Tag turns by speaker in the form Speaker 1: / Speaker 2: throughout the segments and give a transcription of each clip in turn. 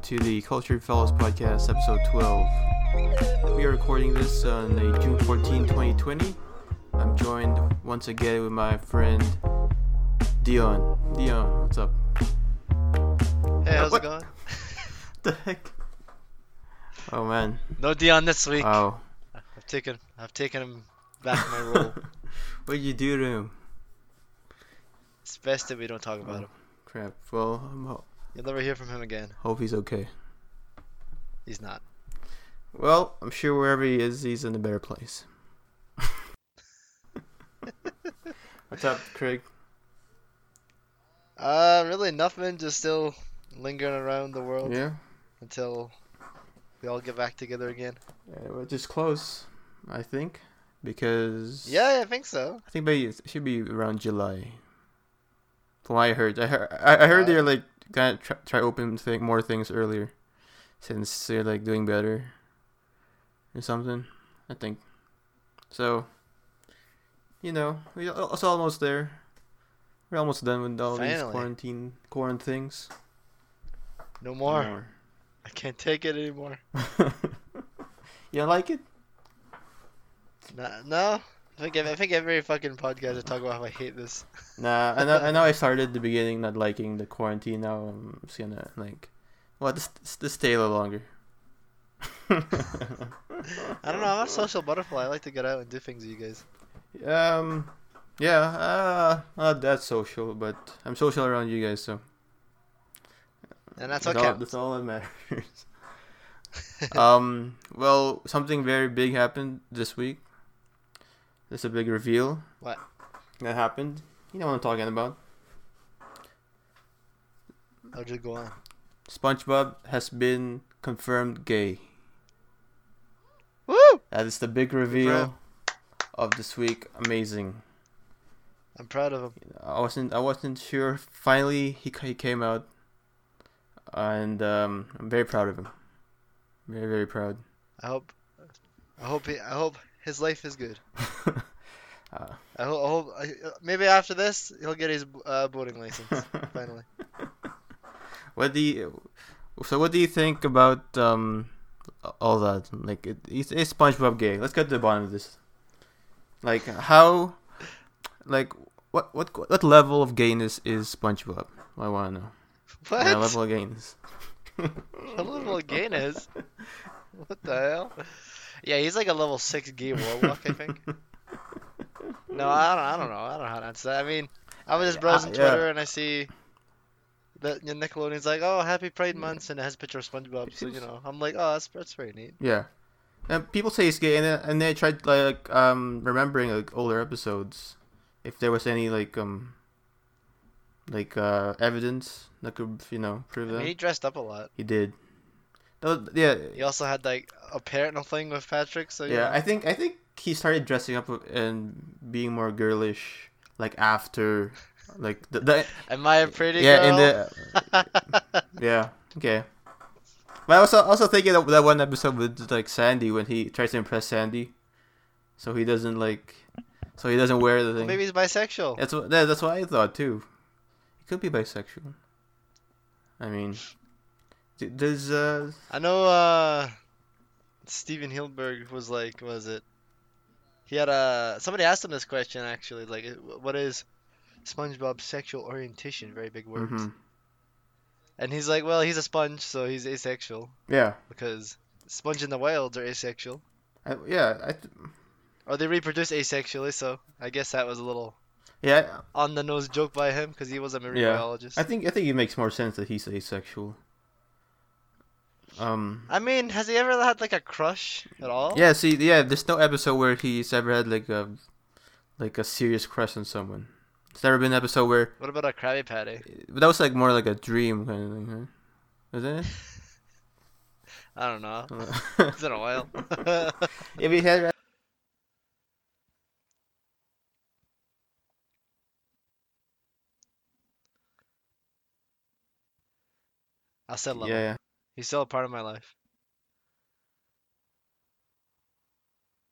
Speaker 1: to the Cultured Fellows Podcast, episode 12. We are recording this on the June 14, 2020. I'm joined once again with my friend Dion. Dion, what's up?
Speaker 2: Hey, how's
Speaker 1: What?
Speaker 2: it going?
Speaker 1: the heck? Oh man.
Speaker 2: No Dion this week.
Speaker 1: Wow.
Speaker 2: I've taken I've taken him back my role.
Speaker 1: What'd you do to him?
Speaker 2: It's best that we don't talk
Speaker 1: Oh.
Speaker 2: about him.
Speaker 1: Crap. Well, I'm ho-
Speaker 2: You'll never hear from him again.
Speaker 1: hope he's okay.
Speaker 2: He's not.
Speaker 1: Well, I'm sure wherever he is, he's in a better place. what's up, Craig?
Speaker 2: Uh, really nothing. Just still lingering around the world
Speaker 1: Yeah.
Speaker 2: until we all get back together again.
Speaker 1: Uh, which is close, I think, because
Speaker 2: Yeah, I think so.
Speaker 1: I think by it should be around July. From what I heard, I heard, I I heard they're like gonna try, try open thing, more things earlier, since they're like doing better or something. I think so. You know, we al- it's almost there. We're almost done with all these
Speaker 2: Finally.
Speaker 1: quarantine quarantine things.
Speaker 2: No more. I can't take it anymore.
Speaker 1: More. you don't like it?
Speaker 2: No, no. I think I think every fucking podcast I talk about how I hate this.
Speaker 1: Nah, I know, I know I started at the beginning not liking the quarantine. Now I'm just gonna like, well, just, just stay a little longer.
Speaker 2: I don't know. I'm a social butterfly. I like to get out and do things with you guys.
Speaker 1: um, yeah, uh, not that social, but I'm social around you guys, so
Speaker 2: And
Speaker 1: that's,
Speaker 2: that's what
Speaker 1: all,
Speaker 2: counts.
Speaker 1: that's all that matters. um, well, something very big happened this week. There's a big reveal.
Speaker 2: What?
Speaker 1: That happened. You know what I'm talking about.
Speaker 2: I'll just go on.
Speaker 1: SpongeBob has been confirmed gay.
Speaker 2: Woo!
Speaker 1: That is the big reveal of this week. Amazing.
Speaker 2: I'm proud of him.
Speaker 1: I wasn't I wasn't sure. Finally, he ca- he came out, and um, I'm very proud of him. Very very proud.
Speaker 2: I hope, I hope, he, I hope his life is good.
Speaker 1: Uh.
Speaker 2: I hope, I hope I, uh, maybe after this he'll get his uh, boating license finally.
Speaker 1: What do you, so what do you think about um all that? Like it, is, is SpongeBob gay? Let's get to the bottom of this. Like how, like what what what level of gayness is SpongeBob? I want to know.
Speaker 2: What?
Speaker 1: Yeah, level of gayness.
Speaker 2: What level of gain is? What the hell? Yeah, he's like a level six gay warlock, I think. No, I don't. I don't know. I don't know how to answer that. I mean, I was just browsing
Speaker 1: yeah.
Speaker 2: Twitter and I see that the Nickelodeon's like, "Oh, Happy Pride Month," and it has a picture of SpongeBob. So you know, I'm like, "Oh, that's that's very neat."
Speaker 1: Yeah. And people say it's gay, and then, and they tried like um remembering like older episodes, if there was any like um like uh evidence that could you know prove
Speaker 2: I mean, he
Speaker 1: that
Speaker 2: dressed up a lot.
Speaker 1: he did. Though yeah,
Speaker 2: He also had like a parental thing with Patrick, so you
Speaker 1: yeah.
Speaker 2: know.
Speaker 1: I think I think he started dressing up and being more girlish like after like the, the
Speaker 2: Am I a pretty
Speaker 1: yeah in
Speaker 2: girl?
Speaker 1: the yeah okay. But I was al- also thinking of that one episode with like Sandy when he tries to impress Sandy, so he doesn't like, so he doesn't wear the thing.
Speaker 2: Maybe he's bisexual.
Speaker 1: That's what that, that's what I thought too. He could be bisexual. I mean, d- does uh
Speaker 2: I know uh Steven Hilberg was like, was it? He had a somebody asked him this question actually, like, "Wh- what is SpongeBob's sexual orientation? Very big words.
Speaker 1: mhm.
Speaker 2: And he's like, well, he's a sponge, so he's asexual
Speaker 1: yeah
Speaker 2: because sponge in the wild are asexual,
Speaker 1: I, yeah I th-
Speaker 2: or they reproduce asexually. So I guess that was a little
Speaker 1: yeah
Speaker 2: on the nose joke by him because he was a marine
Speaker 1: Yeah.
Speaker 2: biologist.
Speaker 1: I think I think it makes more sense that he's asexual. Um.
Speaker 2: I mean, has he ever had like a crush at all?
Speaker 1: Yeah. See. Yeah. There's no episode where he's ever had like a like a serious crush on someone. It's never been an episode where
Speaker 2: What about a Krabby Patty?
Speaker 1: But that was like more like a dream kind of thing, huh? Wasn't
Speaker 2: I don't know.
Speaker 1: it?
Speaker 2: It's been a while.
Speaker 1: if he had
Speaker 2: I said
Speaker 1: yeah,
Speaker 2: love. him.
Speaker 1: yeah.
Speaker 2: He's still a part of my life.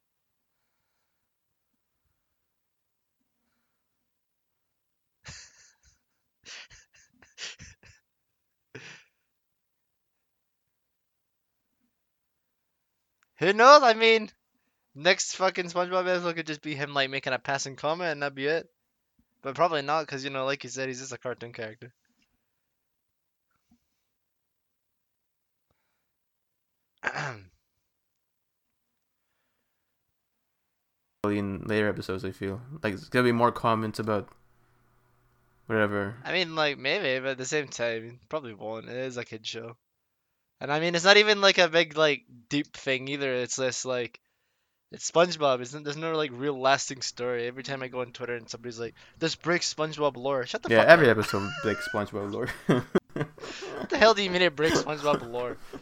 Speaker 2: Who knows? I mean, next fucking SpongeBob episode could just be him like making a passing comment and that'd be it. But probably not, because you know, like you said, he's just a cartoon character.
Speaker 1: Probably in later episodes, I feel like it's gonna be more comments about whatever.
Speaker 2: I mean, like maybe, but at the same time, probably won't. It is a kid show, and I mean, it's not even like a big like deep thing either. It's just like it's SpongeBob. It's, there's no like real lasting story. Every time I go on Twitter and somebody's like, "This breaks SpongeBob lore." Shut the
Speaker 1: yeah,
Speaker 2: fuck
Speaker 1: every
Speaker 2: up.
Speaker 1: episode like SpongeBob lore.
Speaker 2: What the hell do you mean it breaks SpongeBob lore?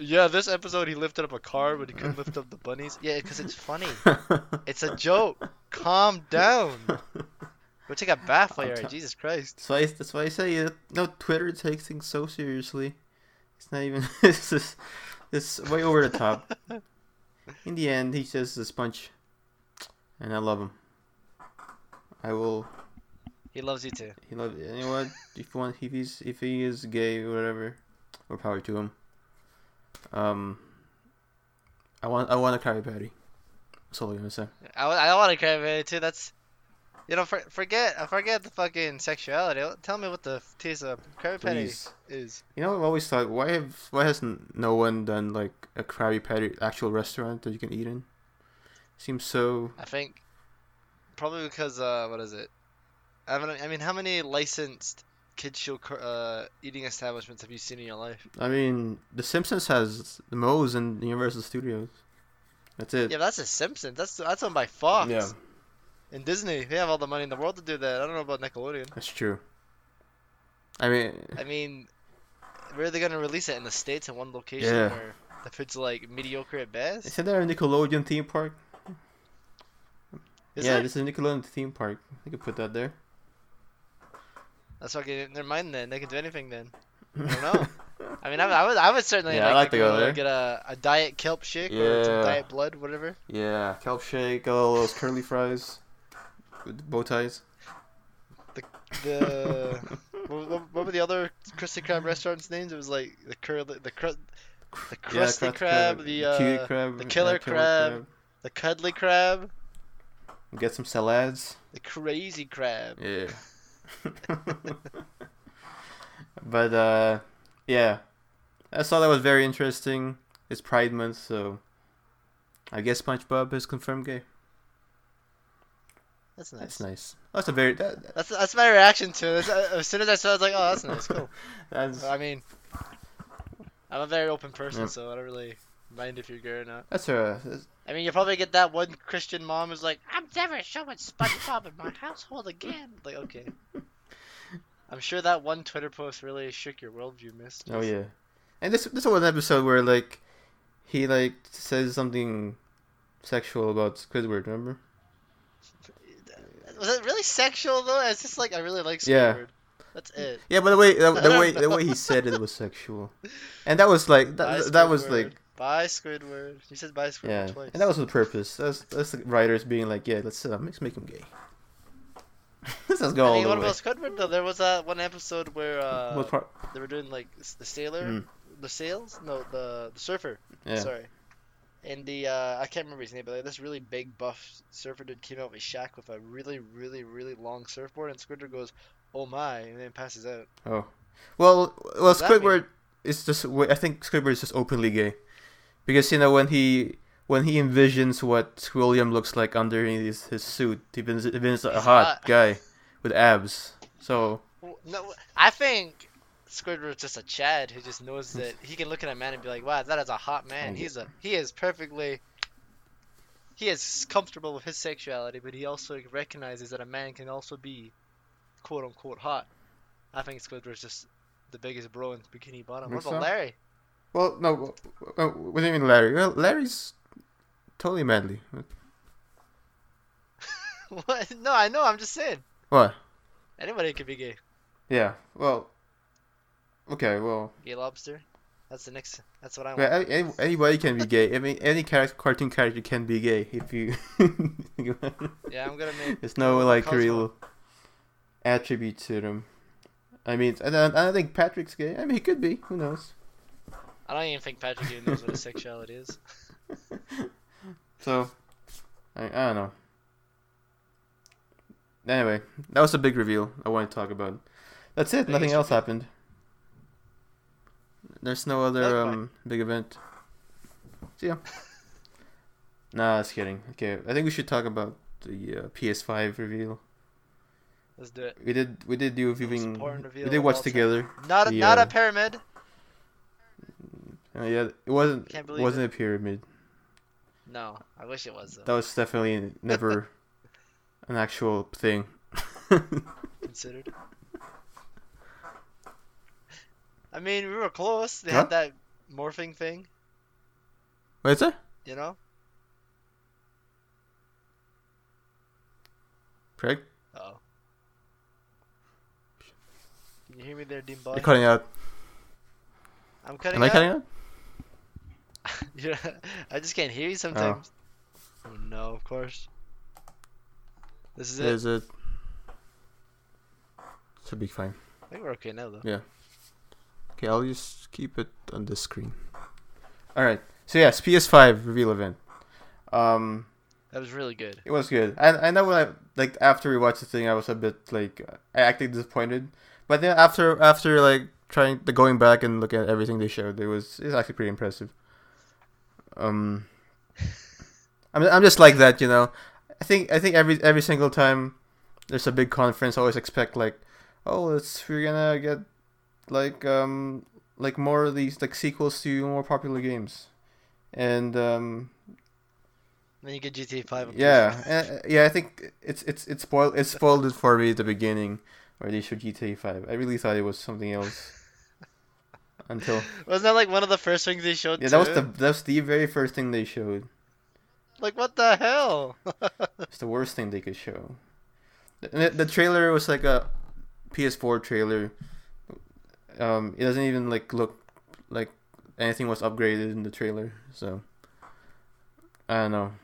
Speaker 2: Yeah, this episode he lifted up a car, but he couldn't lift up the bunnies. Yeah, because it's funny. It's a joke. Calm down. Go take a bath,
Speaker 1: I'm
Speaker 2: Larry.
Speaker 1: t-
Speaker 2: Jesus Christ.
Speaker 1: That's why. That's why I say uh, no. Twitter takes things so seriously. It's not even. It's just. It's way over the top. In the end, he says the sponge, and I love him. I will.
Speaker 2: He loves you too.
Speaker 1: He love. You know what? If you want, if he's if he is gay or whatever, or power to him. Um. I want. I want a Krabby Patty. That's all I'm gonna say.
Speaker 2: I, I want to crave it too. That's you know for, forget uh, forget the fucking sexuality. Tell me what the taste of Krabby Patty
Speaker 1: Please.
Speaker 2: is.
Speaker 1: You know, I've always thought, why have why hasn't no one done like a Krabby Patty actual restaurant that you can eat in? Seems so.
Speaker 2: I think probably because uh what is it? I mean I mean how many licensed kids show cur- uh eating establishments have you seen in your life?
Speaker 1: I mean, The Simpsons has the Moe's and Universal Studios. That's it.
Speaker 2: Yeah, but that's the Simpsons. That's that's owned by Fox. And Disney, they have all the money in the world to do that. I don't know about Nickelodeon.
Speaker 1: that's true. I mean,
Speaker 2: I mean, where are they gonna release it in the states in one location
Speaker 1: Yeah.
Speaker 2: where the food's like mediocre at best?
Speaker 1: isn't there a Nickelodeon theme park?
Speaker 2: Is
Speaker 1: yeah,
Speaker 2: there?
Speaker 1: this is a Nickelodeon theme park. I could put that there.
Speaker 2: That's fucking. Never mind then. They can do anything then. I don't know. I mean, I, would- I would, I would certainly
Speaker 1: Yeah,
Speaker 2: like,
Speaker 1: I'd like to go there.
Speaker 2: get a, a diet kelp shake or some
Speaker 1: Yeah.
Speaker 2: diet blood, whatever.
Speaker 1: yeah, kelp shake, all those curly fries, with bow ties.
Speaker 2: The what, what, what were the other Krusty Krab restaurants' names? It was like the curly, the cru- the
Speaker 1: Yeah,
Speaker 2: Krusty Krab, the uh,
Speaker 1: Cute crab,
Speaker 2: the
Speaker 1: uh,
Speaker 2: Killer Krab, the Cuddly Krab,
Speaker 1: crab. Get some salads.
Speaker 2: the Crazy Krab.
Speaker 1: Yeah. but uh yeah. I saw that was very interesting. It's Pride Month, so I guess SpongeBob is confirmed gay.
Speaker 2: That's
Speaker 1: That's
Speaker 2: nice.
Speaker 1: nice. That's a very that, that-
Speaker 2: That's that's my reaction to it. As- As soon as I saw, it, I was like, oh, that's nice, cool.
Speaker 1: that's
Speaker 2: Uh, I mean, I'm a very open person,
Speaker 1: Yeah.
Speaker 2: so I don't really mind if you're gay or not.
Speaker 1: that's a that's,
Speaker 2: I mean, you probably get that one Christian mom who's like, "I'm never showing SpongeBob in my household again." Like, okay. I'm sure that one Twitter post really shook your worldview, Miss.
Speaker 1: oh yeah. And this this was an episode where like he like says something sexual about Squidward, remember?
Speaker 2: Was it really sexual though? It's just like I really like Squidward.
Speaker 1: Yeah.
Speaker 2: That's it.
Speaker 1: Yeah, but the way the, the way the way he said it was sexual. And that was like
Speaker 2: Bye,
Speaker 1: that, that was
Speaker 2: Squidward.
Speaker 1: like
Speaker 2: Bye, Squidward. He said bye, Squidward
Speaker 1: Yeah,
Speaker 2: twice.
Speaker 1: and that was the purpose. That's that's the writers being like, yeah, let's uh, let's make him gay. let's just go
Speaker 2: I
Speaker 1: all
Speaker 2: mean,
Speaker 1: the
Speaker 2: what
Speaker 1: way.
Speaker 2: about Squidward though? There was that one episode where uh,
Speaker 1: What part?
Speaker 2: they were doing like s- the sailor,
Speaker 1: Mm.
Speaker 2: the sails, no, the the surfer.
Speaker 1: Yeah,
Speaker 2: Sorry. And the uh, I can't remember his name, but like, this really big buff surfer dude came out with Shaq with a really, really, really long surfboard, and Squidward goes, "Oh my!" and then passes out.
Speaker 1: Oh, well, well,
Speaker 2: does that mean?
Speaker 1: Squidward is just. I think Squidward is just openly gay, because you know when he when he envisions what William looks like under his, his suit, he envis- envisions a
Speaker 2: He's
Speaker 1: hot
Speaker 2: hot.
Speaker 1: guy with abs. So
Speaker 2: Well, No, I think Squidward's just a Chad who just knows that he can look at a man and be like, "Wow, that is a hot man. He's a he is perfectly." He is comfortable with his sexuality, but he also recognizes that a man can also be, quote unquote, hot. I think Squidward's just the biggest bro in Bikini Bottom. What
Speaker 1: Think
Speaker 2: about
Speaker 1: so?
Speaker 2: Larry?
Speaker 1: well, no, w- w- what do you mean, Larry? Well, Larry's totally manly.
Speaker 2: What? No, I know. I'm just saying.
Speaker 1: What?
Speaker 2: Anybody could be gay.
Speaker 1: Yeah. Well. Okay. Well.
Speaker 2: Gay lobster. That's the next. That's what I want.
Speaker 1: Yeah, any, any- anybody can be gay. I mean, any character, cartoon character can be gay if you. think about it.
Speaker 2: Yeah, I'm gonna make.
Speaker 1: There's no
Speaker 2: I'm
Speaker 1: like
Speaker 2: Cosmo.
Speaker 1: real attribute to them. I mean, I don't, I don't think Patrick's gay. I mean, he could be. Who knows?
Speaker 2: I don't even think Patrick even knows what his sexuality is.
Speaker 1: so, I, I don't know. Anyway, that was a big reveal I wanted to talk about. That's it. Nothing
Speaker 2: Biggest
Speaker 1: else happened. There's no
Speaker 2: That's
Speaker 1: other
Speaker 2: fine.
Speaker 1: um, big event. So yeah. nah, just kidding. Okay, I think we should talk about the uh, PS5 reveal.
Speaker 2: Let's do it.
Speaker 1: We did we did do a viewing.
Speaker 2: important
Speaker 1: We
Speaker 2: reveal
Speaker 1: did
Speaker 2: of
Speaker 1: watch
Speaker 2: all time.
Speaker 1: together.
Speaker 2: Not a,
Speaker 1: The,
Speaker 2: not
Speaker 1: uh,
Speaker 2: a pyramid.
Speaker 1: Uh, yeah, it wasn't
Speaker 2: Can't believe
Speaker 1: wasn't a pyramid.
Speaker 2: No, I wish it was though.
Speaker 1: That was definitely never an actual thing.
Speaker 2: Considered. I mean, we were close. They
Speaker 1: Huh?
Speaker 2: had that morphing thing,
Speaker 1: What's that?
Speaker 2: you know.
Speaker 1: Craig,
Speaker 2: Oh. Can you hear me there, Dean Boy?
Speaker 1: you're cutting out.
Speaker 2: I'm cutting
Speaker 1: Am I
Speaker 2: out.
Speaker 1: cutting out?
Speaker 2: You're- I just can't hear you sometimes. Oh, no, of course. This is it.
Speaker 1: Is it? Should be fine.
Speaker 2: I think we're okay now though.
Speaker 1: Okay, I'll just keep it on this screen. All right. So yes, PS5 reveal event. Um,
Speaker 2: That was really good.
Speaker 1: it was good. I I know when I like after we watched the thing, I was a bit like I actually disappointed. But then after after like trying the going back and looking at everything they showed, it was it's actually pretty impressive. Um, I'm I'm just like that, you know. I think I think every every single time there's a big conference, I always expect like, oh, it's we're gonna get like um like more of these like sequels to more popular games, and um
Speaker 2: Then you get GTA Five. I'm
Speaker 1: yeah,
Speaker 2: guessing.
Speaker 1: uh, yeah. I think it's it's it's spoiled it's spoiled it for me at the beginning where they showed GTA Five. I really thought it was something else until
Speaker 2: Wasn't that like one of the first things they showed?
Speaker 1: yeah. That was
Speaker 2: too?
Speaker 1: the that was the very first thing they showed.
Speaker 2: Like what the hell?
Speaker 1: It's the worst thing they could show. And The, the trailer was like a PS4 trailer. Um, it doesn't even like look like anything was upgraded in the trailer. So I don't know.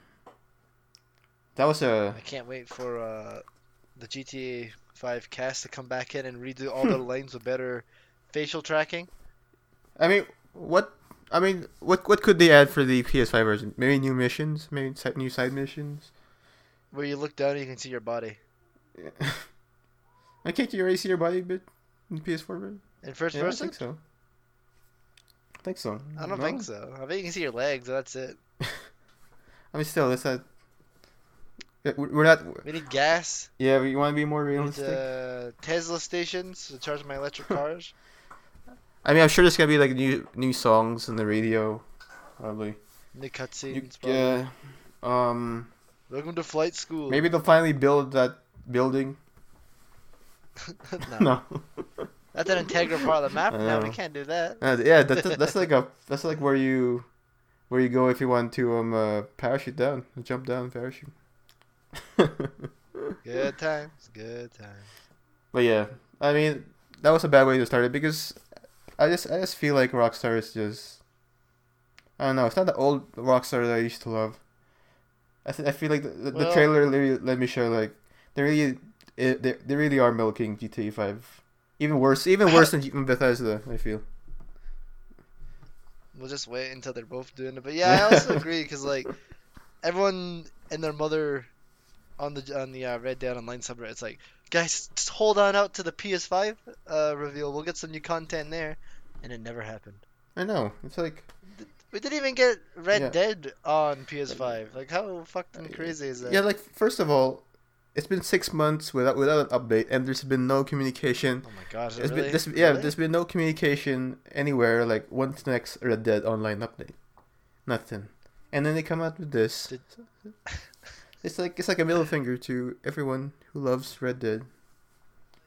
Speaker 1: That was a
Speaker 2: I can't wait for uh, the GTA Five cast to come back in and redo all the lanes with better facial tracking.
Speaker 1: I mean, what? I mean, what? What could they add for the PS5 version? Maybe new missions, maybe si- new side missions.
Speaker 2: Where you look down and you can see your body.
Speaker 1: I can't you already see your body a bit in the PS4 version.
Speaker 2: In first
Speaker 1: Yeah, I
Speaker 2: person?
Speaker 1: think so. I think so.
Speaker 2: I don't
Speaker 1: No?
Speaker 2: think so. I think you can see your legs. That's it.
Speaker 1: I mean, still, that's not. Yeah, we- We're not.
Speaker 2: We need gas.
Speaker 1: Yeah, we want to be more
Speaker 2: We need
Speaker 1: realistic.
Speaker 2: uh, Tesla stations to charge my electric cars.
Speaker 1: I mean, I'm sure there's gonna be like new new songs on the radio, probably.
Speaker 2: New
Speaker 1: You-
Speaker 2: cutscenes. probably.
Speaker 1: yeah. Um.
Speaker 2: Welcome to flight school.
Speaker 1: Maybe they'll finally build that building.
Speaker 2: no.
Speaker 1: No.
Speaker 2: That's an integral part of the map.
Speaker 1: I
Speaker 2: No, we
Speaker 1: know.
Speaker 2: can't do that.
Speaker 1: Uh, yeah, that's that's like a that's like where you where you go if you want to um uh, parachute down, jump down, parachute. but
Speaker 2: Good times. Good times.
Speaker 1: yeah, I mean that was a bad way to start it because I just I just feel like Rockstar is just I don't know. It's not the old Rockstar that I used to love. I th- I feel like the, the, the
Speaker 2: Well-
Speaker 1: trailer really let me show like they really it, they they really are milking GTA Five. Even worse, even worse than even Bethesda. I feel.
Speaker 2: We'll just wait until they're both doing it. But yeah, I also agree because like everyone and their mother on the on the uh, Red Dead Online subreddit, it's like, guys, just hold on out to the PS5 uh, reveal. We'll get some new content there, and it never happened.
Speaker 1: I know. It's like
Speaker 2: We didn't even get Red
Speaker 1: Yeah.
Speaker 2: Dead on PS5. Like, how fucking
Speaker 1: Uh,
Speaker 2: crazy is that?
Speaker 1: Yeah, like first of all, it's been six months without without an update, and there's been no communication.
Speaker 2: oh my gosh,
Speaker 1: There's
Speaker 2: really?
Speaker 1: been this, yeah,
Speaker 2: Really?
Speaker 1: there's been no communication anywhere. Like when's the next Red Dead Online update? Nothing, and then they come out with this.
Speaker 2: Did-
Speaker 1: It's like it's like a middle finger to everyone who loves Red Dead.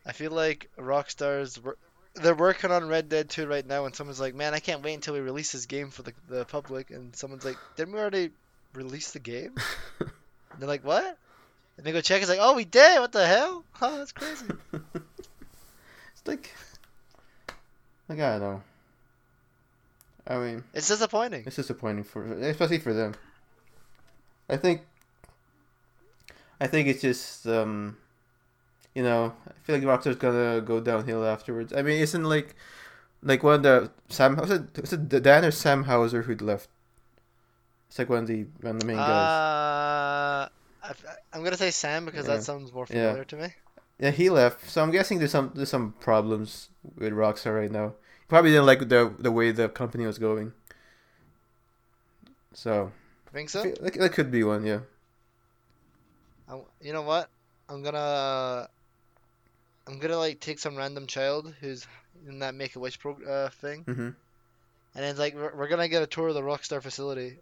Speaker 2: I feel like Rockstar's wor- they're working on Red Dead 2 right now, and someone's like, "Man, I can't wait until we release this game for the, the public." And someone's like, "Didn't we already release the game?" And they're like, "What?" And they go check. It's like, "Oh, we did. What the hell? Oh, that's crazy."
Speaker 1: It's like, like I don't know. I mean,
Speaker 2: It's disappointing.
Speaker 1: It's disappointing for, especially for them. I think. I think it's just, um, you know, I feel like Rockstar's gonna go downhill afterwards. I mean, isn't like, like one of the Sam was it was it Dan or Sam Hauser who'd left? It's It's like one of the one of the main guys.
Speaker 2: Uh, I, I'm gonna say Sam because
Speaker 1: Yeah.
Speaker 2: that sounds more
Speaker 1: Yeah.
Speaker 2: familiar to me.
Speaker 1: Yeah, he left. So I'm guessing there's some there's some problems with Rockstar right now. He probably didn't like the the way the company was going. So
Speaker 2: Think so?
Speaker 1: that, that could be one, yeah.
Speaker 2: I, you know what? I'm gonna I'm gonna like take some random child who's in that Make a Wish pro uh, thing,
Speaker 1: hmm
Speaker 2: and it's like we're, we're gonna get a tour of the Rockstar facility,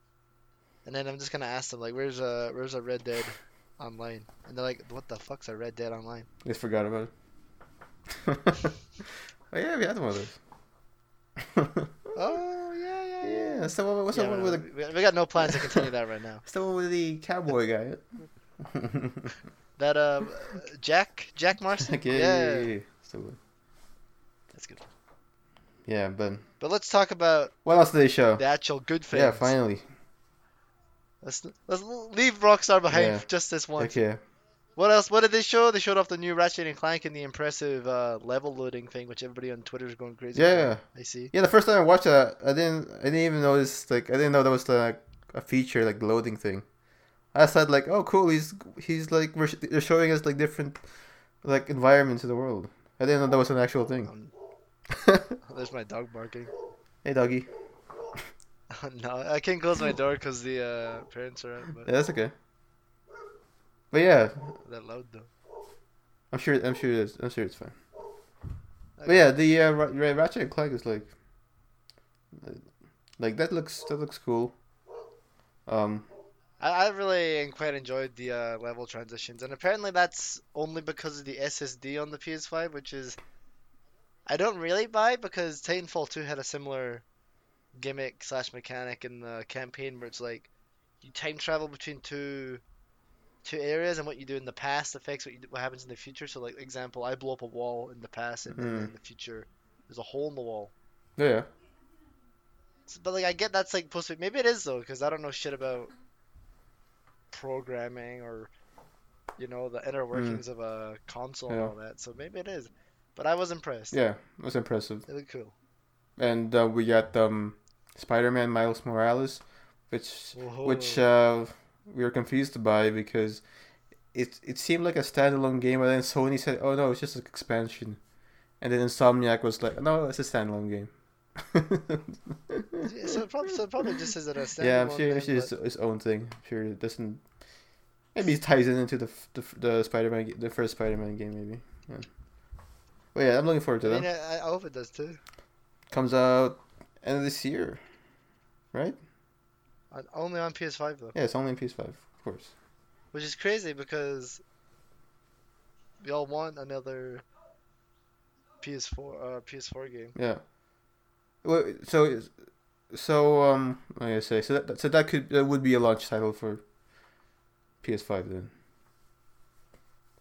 Speaker 2: and then I'm just gonna ask them like, "Where's a Where's a Red Dead Online?" And they're like, "What the fuck's a Red Dead Online?"
Speaker 1: Just forgot about it. oh yeah, we had one of those.
Speaker 2: Oh yeah, yeah, yeah.
Speaker 1: yeah, that's the one. What's
Speaker 2: Yeah,
Speaker 1: the one
Speaker 2: no,
Speaker 1: with the
Speaker 2: we, we got no plans to continue that right now.
Speaker 1: that's the one with the cowboy guy?
Speaker 2: That uh, Jack Jack Marston.
Speaker 1: okay, yeah,
Speaker 2: Yeah,
Speaker 1: yeah, yeah. So,
Speaker 2: that's good.
Speaker 1: yeah, but
Speaker 2: But let's talk about
Speaker 1: what else did they show?
Speaker 2: the actual good things.
Speaker 1: Yeah, finally.
Speaker 2: Let's let's leave Rockstar behind
Speaker 1: Yeah.
Speaker 2: for just this once.
Speaker 1: Okay.
Speaker 2: What else? What did they show? They showed off the new Ratchet and Clank and the impressive uh, level loading thing, which everybody on Twitter is going crazy. about.
Speaker 1: Yeah.
Speaker 2: I see.
Speaker 1: Yeah, the first time I watched that, I didn't, I didn't even notice. Like, I didn't know that was like a feature, like loading thing. I thought, like, oh, cool. He's, he's like, we're sh- they're showing us like different, like environments in the world. I didn't know that was an actual thing.
Speaker 2: Um, there's my dog barking.
Speaker 1: hey, doggy.
Speaker 2: no, I can't close my door because the uh, parents are out. But
Speaker 1: Yeah, that's okay. But yeah,
Speaker 2: they're loud though.
Speaker 1: I'm sure, I'm sure it's, I'm sure it's fine. But yeah, the uh, Ra- Ra- Ratchet and Clank is like, like that looks, that looks cool. Um,
Speaker 2: I, I really en- quite enjoyed the uh, level transitions, and apparently that's only because of the SSD on the PS5, which is I don't really buy because Titanfall 2 had a similar gimmick slash mechanic in the campaign where it's like you time travel between two two areas, and what you do in the past affects what you do, what happens in the future. So, like example, I blow up a wall in the past, and, and
Speaker 1: Mhm.
Speaker 2: in the future there's a hole in the wall.
Speaker 1: yeah.
Speaker 2: S- But like I get that's like supposed to be maybe it is though because I don't know shit about programming or you know the inner workings of a console and
Speaker 1: Hmm. Yeah.
Speaker 2: all that. So maybe it is. But I was impressed.
Speaker 1: Yeah, it was impressive.
Speaker 2: It looked cool.
Speaker 1: and uh, we got um, Spider-Man Miles Morales, which which uh, we were confused by because it it seemed like a standalone game, and then Sony said, "Oh no, it's just an expansion," and then Insomniac was like, "No, it's a standalone game."
Speaker 2: Yeah, so, it probably, so it probably just is it a standalone.
Speaker 1: yeah, I'm sure
Speaker 2: thing,
Speaker 1: it's just
Speaker 2: but-
Speaker 1: its own thing. I'm sure it doesn't. Maybe it ties in into the f- the, f- the Spider-Man g- the first Spider-Man game, maybe. Yeah. But yeah, I'm looking forward to
Speaker 2: I
Speaker 1: that.
Speaker 2: mean, I, I hope it does too.
Speaker 1: Comes out end of this year, right?
Speaker 2: On, only on PS5 though,
Speaker 1: Yeah, it's only in PS5, of course.
Speaker 2: which is crazy because we all want another PS4 uh, PS4 game.
Speaker 1: Yeah. Well, so, is- so um, like I say, so that- that so that could that would be a launch title for PS5 then.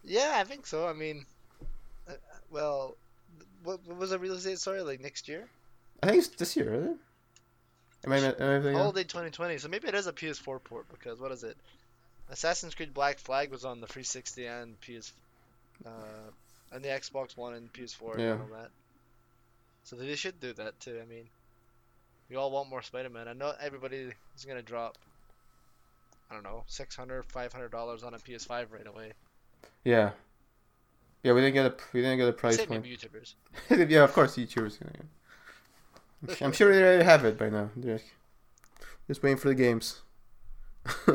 Speaker 2: Yeah, I think so. I mean, uh, well, what, what was the real estate sorry like next year?
Speaker 1: I think it's this year, isn't it? Am I am I thinking?
Speaker 2: All day 2020. So maybe it is a PS4 port because what is it? Assassin's Creed Black Flag was on the 360 and PS, uh, and the Xbox One and PS4
Speaker 1: Yeah.
Speaker 2: and all that. So they should do that too. I mean, we all want more Spider-Man. I know everybody is gonna drop. I don't know, 600 dollars on a PS5 right away.
Speaker 1: Yeah. Yeah, we didn't get a we didn't get a price
Speaker 2: Save
Speaker 1: point.
Speaker 2: me, YouTubers.
Speaker 1: yeah, of course, YouTubers. Gonna get. I'm sure they already have it by now. They're just waiting for the games.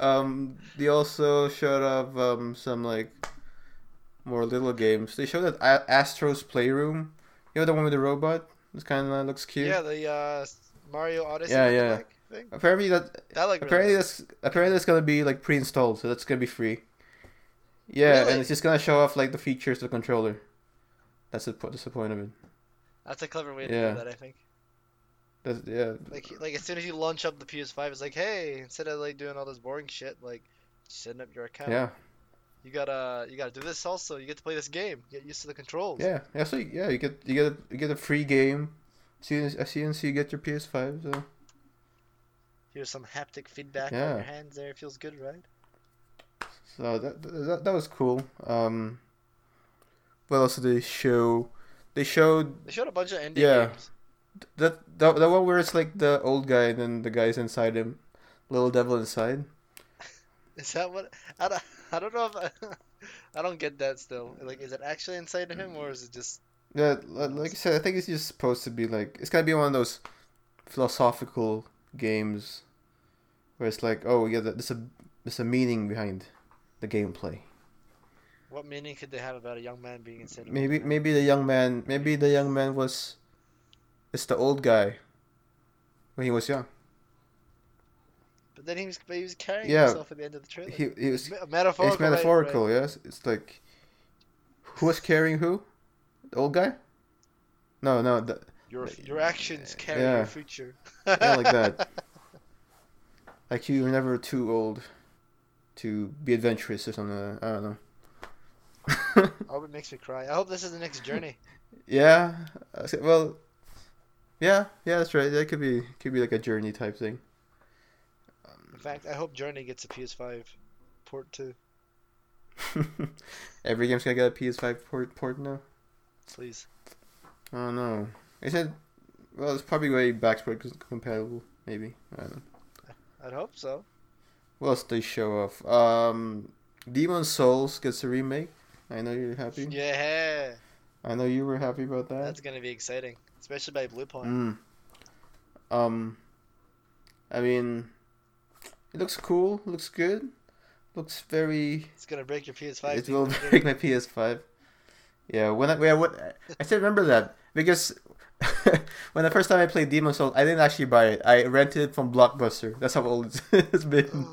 Speaker 1: um, they also showed up um, some like more little games. They showed that A- Astro's Playroom. You know the one with the robot. This kind of looks cute.
Speaker 2: Yeah, the uh, Mario Odyssey.
Speaker 1: Yeah,
Speaker 2: with the
Speaker 1: yeah.
Speaker 2: black Thing.
Speaker 1: Apparently that
Speaker 2: That looked
Speaker 1: apparently
Speaker 2: really
Speaker 1: that's apparently that's gonna be like pre-installed, so that's gonna be free. Yeah,
Speaker 2: Really?
Speaker 1: and it's just gonna show off like the features of the controller. That's the po- that's the point of it.
Speaker 2: That's a clever way
Speaker 1: Yeah.
Speaker 2: to do that, I think.
Speaker 1: That's, yeah,
Speaker 2: Like, like as soon as you launch up the PS5, it's like, hey, instead of like doing all this boring shit, like setting up your account,
Speaker 1: yeah,
Speaker 2: you gotta you gotta do this also. You get to play this game. Get used to the controls.
Speaker 1: yeah. Yeah, so yeah, you get you get a, you get a free game. As soon as, as soon as you get your PS5, so
Speaker 2: Here's some haptic feedback on
Speaker 1: Yeah.
Speaker 2: your hands. There, it feels good, right?
Speaker 1: so that that, that was cool. Um, what else did they show? They showed
Speaker 2: They showed a bunch of indie
Speaker 1: Yeah.
Speaker 2: games.
Speaker 1: That that that one where it's like the old guy and then the guy's inside him, little devil inside.
Speaker 2: Is that what? I don't, I don't know if I, I don't get that still. Like, is it actually inside of him or is it just?
Speaker 1: Yeah, li- like I said, I think it's just supposed to be like it's gotta be one of those philosophical games where it's like, oh yeah, that- there's a there's a meaning behind the gameplay.
Speaker 2: What meaning could they have about a young man being inside? of an
Speaker 1: Maybe
Speaker 2: old man?
Speaker 1: maybe the young man maybe the young man was it's the old guy when he was young.
Speaker 2: But then he was, but he was carrying
Speaker 1: Yeah.
Speaker 2: himself at the end of the trailer.
Speaker 1: He he was
Speaker 2: Me- metaphorical.
Speaker 1: it's
Speaker 2: right, right.
Speaker 1: metaphorical, yes. It's like who was carrying who? The old guy? No, no, the,
Speaker 2: Your your actions carry
Speaker 1: Yeah.
Speaker 2: your future.
Speaker 1: yeah, like that. Like you were never too old to be adventurous or something. Like that. I don't know.
Speaker 2: Oh, it makes me cry. I hope this is the next journey.
Speaker 1: yeah. I said- Well. Yeah. Yeah. That's right. That could be could be like a journey type thing.
Speaker 2: In fact, I hope Journey gets a PS5 port too.
Speaker 1: Every game's gonna get a PS5 port port now.
Speaker 2: Please.
Speaker 1: I don't know. They said, well, it's probably way backwards compatible. Maybe. I don't know.
Speaker 2: I'd hope so.
Speaker 1: What else they show off? Um, Demon Souls gets a remake. I know you're happy.
Speaker 2: Yeah,
Speaker 1: I know you were happy about that.
Speaker 2: that's gonna be exciting, especially by Blue Point.
Speaker 1: Mm. Um, I mean, it looks cool. Looks good. Looks very.
Speaker 2: It's gonna break your PS5.
Speaker 1: It
Speaker 2: dude.
Speaker 1: will break my PS5. Yeah, when I yeah, what I still remember that because when the first time I played Demon Souls, I didn't actually buy it. I rented it from Blockbuster. That's how old it's- it's been.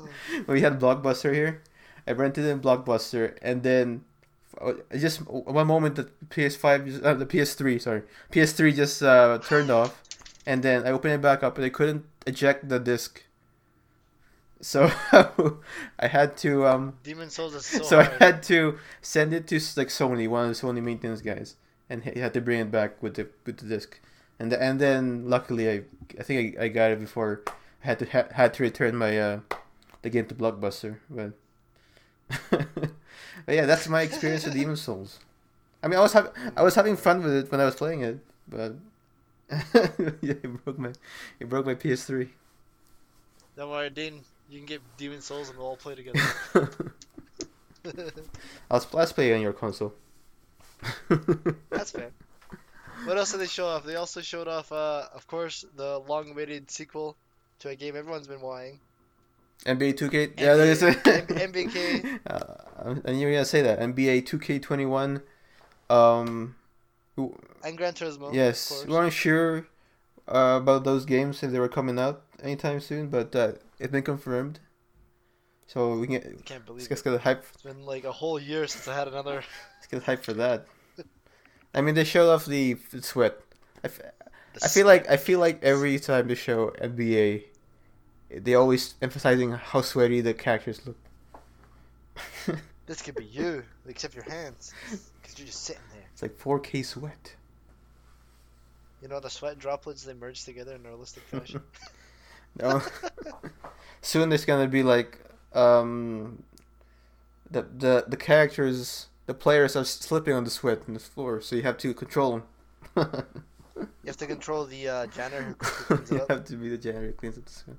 Speaker 1: we had Blockbuster here. I rented it in Blockbuster, and then uh, just one moment the PS5, just- uh, the PS3, sorry, PS3 just uh, turned off, and then I opened it back up, and I couldn't eject the disc. So I had to um,
Speaker 2: Demon Souls is so,
Speaker 1: so, I
Speaker 2: hard.
Speaker 1: had to send it to like Sony, one of the Sony maintenance guys, and he had to bring it back with the with the disc, and the, and then luckily I I think I, I got it before I had to ha, had to return my uh the game to Blockbuster, but, but yeah, that's my experience with Demon Souls. I mean, I was having I was having fun with it when I was playing it, but yeah, it broke my it broke my PS3.
Speaker 2: Don't worry, Dean. You can get Demon Souls and we'll all play together.
Speaker 1: I'll, I'll play it on your console.
Speaker 2: That's fair. What else did they show off? They also showed off, uh, of course, the long-awaited sequel to a game everyone's been wanting.
Speaker 1: NBA 2K. Yeah, that is it.
Speaker 2: M- MBK.
Speaker 1: Uh, and you were gonna say that NBA 2K21. Um,
Speaker 2: And Gran Turismo.
Speaker 1: yes, we
Speaker 2: Of course.
Speaker 1: weren't sure uh, about those games if they were coming out anytime soon, but uh, it's been confirmed. So we can
Speaker 2: I
Speaker 1: get,
Speaker 2: can't
Speaker 1: let's
Speaker 2: believe it.
Speaker 1: get the hype.
Speaker 2: It's been like a whole year since I had another.
Speaker 1: Let's get hype for that. I mean, they showed off the f- sweat. I, f- I feel like I feel like every time they show NBA, they always emphasizing how sweaty the characters look.
Speaker 2: this could be you, except your hands, because you're just sitting there.
Speaker 1: It's like 4K sweat.
Speaker 2: You know the sweat droplets they merge together in a realistic fashion.
Speaker 1: No. Soon there's gonna be like um the the the characters the players are slipping on the sweat on the floor, so you have to control them.
Speaker 2: You have to control the uh, janitor who quickly cleans
Speaker 1: you
Speaker 2: it up.
Speaker 1: have to be the janitor who cleans up the sweat.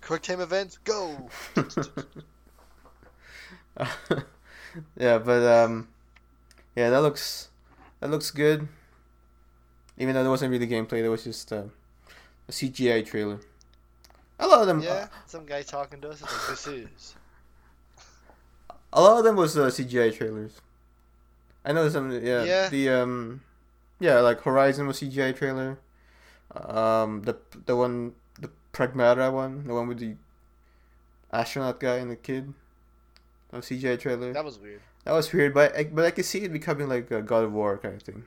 Speaker 2: Quick time events, go.
Speaker 1: yeah, but um, yeah, that looks that looks good. Even though there wasn't really gameplay, there was just uh, a CGI trailer. A lot of them,
Speaker 2: Yeah, some guy talking to us. It's like, this is.
Speaker 1: a lot of them was uh, CGI trailers. I know some, yeah,
Speaker 2: Yeah.
Speaker 1: the um, yeah, like Horizon was CGI trailer. Um, the the one, the Pragmata one, the one with the astronaut guy and the kid, that was CGI trailer.
Speaker 2: That was weird.
Speaker 1: That was weird, but I, but I could see it becoming like a God of War kind of thing,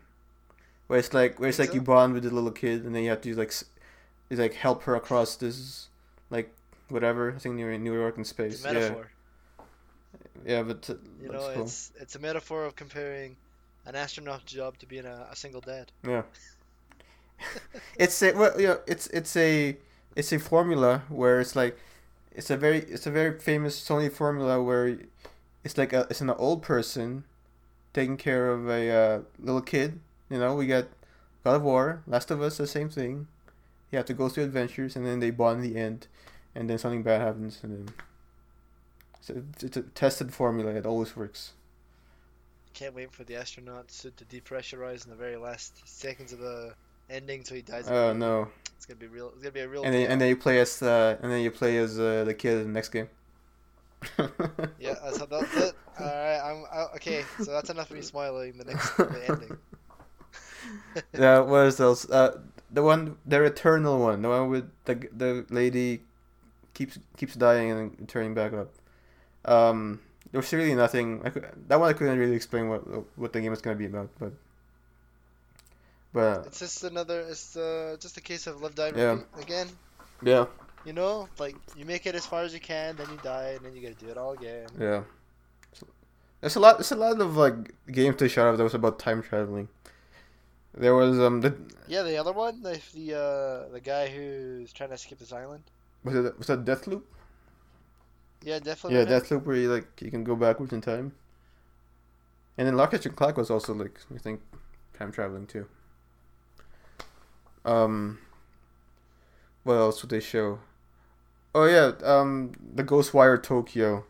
Speaker 1: where it's like where it's
Speaker 2: Think
Speaker 1: like
Speaker 2: so?
Speaker 1: you bond with the little kid and then you have to like, s- you like help her across this like whatever. I think they were in New York in
Speaker 2: It's
Speaker 1: space.
Speaker 2: a metaphor.
Speaker 1: Yeah, yeah, but uh,
Speaker 2: You
Speaker 1: that's
Speaker 2: know,
Speaker 1: cool.
Speaker 2: it's it's a metaphor of comparing an astronaut job to being a, a single dad.
Speaker 1: Yeah, it's a well, yeah, it's it's a it's a formula where it's like it's a very it's a very famous Sony formula where it's like a, it's an old person taking care of a uh, little kid. You know, we got God of War, Last of Us, the same thing. You have to go through adventures, and then they bond in the end, and then something bad happens, and then so it's a tested formula. It always works.
Speaker 2: Can't wait for the astronaut suit to depressurize in the very last seconds of the ending, so he dies.
Speaker 1: Oh no!
Speaker 2: It's gonna be real. It's gonna be a real.
Speaker 1: And then and then you play as uh, and then you play as uh, the kid in the next game.
Speaker 2: yeah, so that's it. All right, I'm I, okay. So that's enough of me spoiling the next the ending.
Speaker 1: yeah, what is else? Uh, the one, the eternal one, the one with the the lady keeps keeps dying and then turning back up. Um, there was really nothing. I could, that one I couldn't really explain what what the game was gonna be about, but but
Speaker 2: It's just another. It's uh, just a case of love die
Speaker 1: Yeah.
Speaker 2: repeat again.
Speaker 1: yeah,
Speaker 2: You know, like you make it as far as you can, then you die, and then you gotta do it all again.
Speaker 1: yeah. So, There's a lot. There's a lot of like games they shot up that was about time traveling. There was um the
Speaker 2: Yeah, the other one, the the uh, the guy who's trying to skip his island.
Speaker 1: was it was that Deathloop?
Speaker 2: Yeah, definitely.
Speaker 1: Yeah, Deathloop where you like you can go backwards in time. And then Lockage and Clock was also like I think time traveling too. Um what else would they show? Oh yeah, um the Ghostwire Tokyo.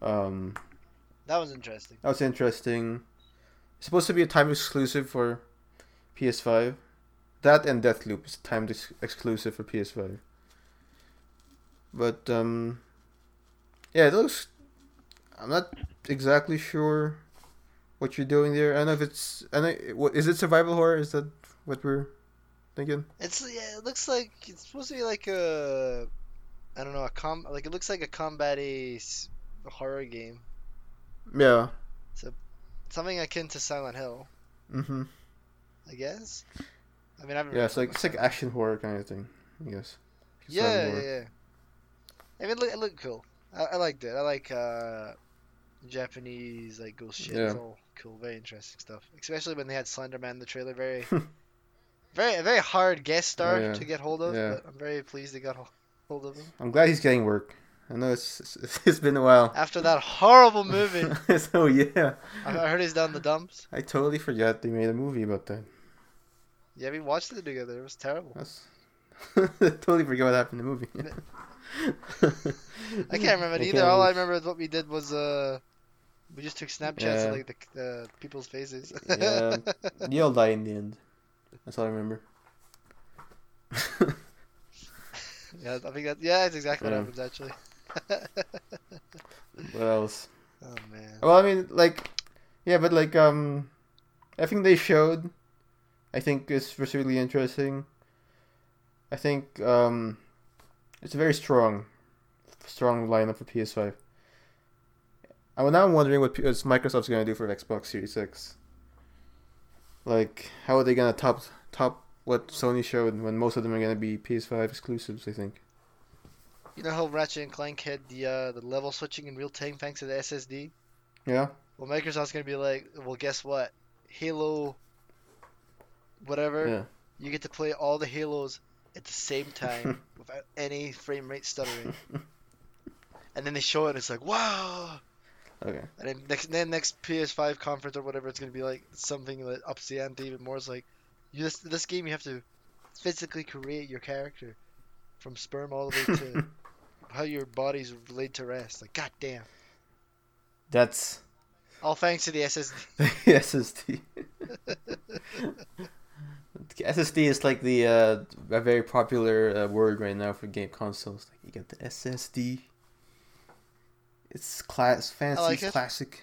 Speaker 1: Um
Speaker 2: That was interesting.
Speaker 1: that was interesting. It's supposed to be a time exclusive for PS5. That and Deathloop is time dis- exclusive for PS5. But um yeah, it looks I'm not exactly sure what you're doing there. I don't know if it's I know what is it survival horror? Is that what we're thinking?
Speaker 2: It's yeah, it looks like it's supposed to be like a, I don't know, a com like it looks like a combat ace horror game,
Speaker 1: Yeah.
Speaker 2: something akin to Silent Hill,
Speaker 1: Mhm.
Speaker 2: I guess. I mean, I haven't.
Speaker 1: Yeah,
Speaker 2: really
Speaker 1: it's
Speaker 2: played
Speaker 1: like it's like action horror kind of thing, I guess. Survival
Speaker 2: Yeah,
Speaker 1: horror.
Speaker 2: yeah, yeah. I mean, it looked, it looked cool. I, I liked it. I like uh, Japanese like ghost shit. It's
Speaker 1: Yeah.
Speaker 2: all cool, very interesting stuff. Especially when they had Slenderman in the trailer. Very, very, a very hard guest star
Speaker 1: Yeah.
Speaker 2: to get hold of.
Speaker 1: Yeah.
Speaker 2: But I'm very pleased they got hol- hold of him
Speaker 1: I'm glad he's getting work. I know it's it's, it's been a while.
Speaker 2: after that horrible movie.
Speaker 1: so yeah,
Speaker 2: I, I heard he's down the dumps.
Speaker 1: I totally forgot they made a movie about that.
Speaker 2: Yeah, we watched it together. It was terrible.
Speaker 1: That's totally forgot what happened in the movie.
Speaker 2: I can't remember it
Speaker 1: I
Speaker 2: either.
Speaker 1: can't
Speaker 2: All I
Speaker 1: remember.
Speaker 2: remember is what we did was uh, we just took Snapchats
Speaker 1: Yeah.
Speaker 2: of like the the people's faces.
Speaker 1: yeah, you'll die in the end. That's all I remember.
Speaker 2: Yeah, I think that. Yeah, that's exactly
Speaker 1: Yeah.
Speaker 2: what happens actually.
Speaker 1: what else?
Speaker 2: oh man.
Speaker 1: Well, I mean, like, yeah, but like, um, I think they showed. I think it's was really interesting. I think um, it's a very strong, strong lineup for PS5. I'm now wondering what P- is Microsoft's gonna do for Xbox Series X. Like, how are they gonna top top what Sony showed when most of them are gonna be PS5 exclusives? I think.
Speaker 2: You know how Ratchet and Clank had the uh, the level switching in real time thanks to the SSD.
Speaker 1: Yeah.
Speaker 2: Well, Microsoft's gonna be like, well, guess what? Halo. Whatever.
Speaker 1: Yeah.
Speaker 2: You get to play all the Halos at the same time without any frame rate stuttering. and then they show it, and it's like, wow.
Speaker 1: Okay.
Speaker 2: And then next, then next PS5 conference or whatever, it's gonna be like something that ups the ante even more. It's like, you this this game you have to physically create your character from sperm all the way to how your body's laid to rest. Like, goddamn!
Speaker 1: That's
Speaker 2: All thanks to the SSD.
Speaker 1: The SSD. SSD is like the uh, a very popular uh, word right now for game consoles. Like you got the SSD. It's class fancy,
Speaker 2: like
Speaker 1: it's
Speaker 2: it.
Speaker 1: classic.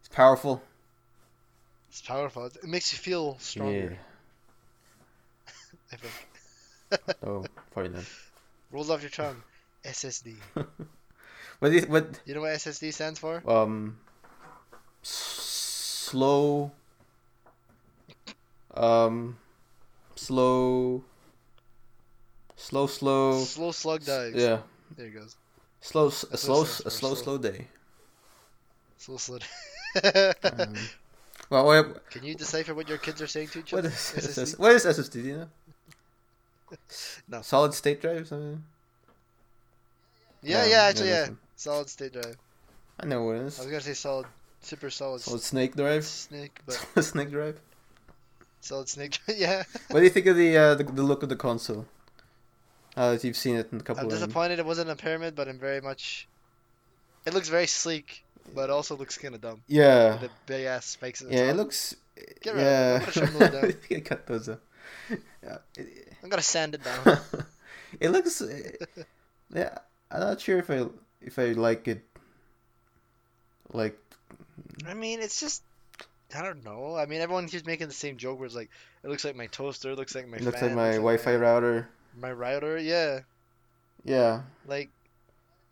Speaker 1: It's powerful.
Speaker 2: It's powerful. It makes you feel stronger. I think
Speaker 1: Yeah. Oh, probably not.
Speaker 2: rolls off your tongue. SSD.
Speaker 1: What is what?
Speaker 2: You know what SSD stands for?
Speaker 1: Um, s- slow. Um, slow. Slow, slow.
Speaker 2: Slow slug dies.
Speaker 1: Yeah.
Speaker 2: There it goes.
Speaker 1: Slow, s- a
Speaker 2: That's
Speaker 1: slow,
Speaker 2: what it
Speaker 1: s-
Speaker 2: stands
Speaker 1: a
Speaker 2: for,
Speaker 1: slow,
Speaker 2: slow.
Speaker 1: slow day.
Speaker 2: Slow slug.
Speaker 1: Um, well, what,
Speaker 2: Can you decipher what your kids are saying to each
Speaker 1: what
Speaker 2: other? e-
Speaker 1: is SSD?
Speaker 2: SSD?
Speaker 1: What is SSD? do You know?
Speaker 2: No.
Speaker 1: Solid state drive. or Something?
Speaker 2: Yeah, yeah, actually, yeah.
Speaker 1: that's one.
Speaker 2: Solid state drive.
Speaker 1: I know what it
Speaker 2: I was
Speaker 1: is.
Speaker 2: gonna say solid, super solid,
Speaker 1: Solid snake drive.
Speaker 2: snake, but
Speaker 1: Solid snake drive.
Speaker 2: Solid Snake. yeah.
Speaker 1: What do you think of the uh, the, the look of the console? Uh, if you've seen it in a couple
Speaker 2: I'm
Speaker 1: of
Speaker 2: disappointed it wasn't a pyramid, but I'm very much. It looks very sleek, but also looks kind of dumb.
Speaker 1: yeah,
Speaker 2: The big ass spikes. at the
Speaker 1: yeah, it
Speaker 2: top.
Speaker 1: looks
Speaker 2: Get rid of it. I'm
Speaker 1: yeah.
Speaker 2: gonna trim those down.
Speaker 1: You cut those up. Yeah, it,
Speaker 2: I'm gonna sand it down.
Speaker 1: it looks yeah. I'm not sure if I if I like it. Like
Speaker 2: I mean, it's just. I don't know. I mean, everyone keeps making the same joke where it's like, it looks like my toaster, it looks like my
Speaker 1: it looks
Speaker 2: fan,
Speaker 1: like my
Speaker 2: it
Speaker 1: Wi-Fi router.
Speaker 2: my router. Yeah,
Speaker 1: Yeah,
Speaker 2: like,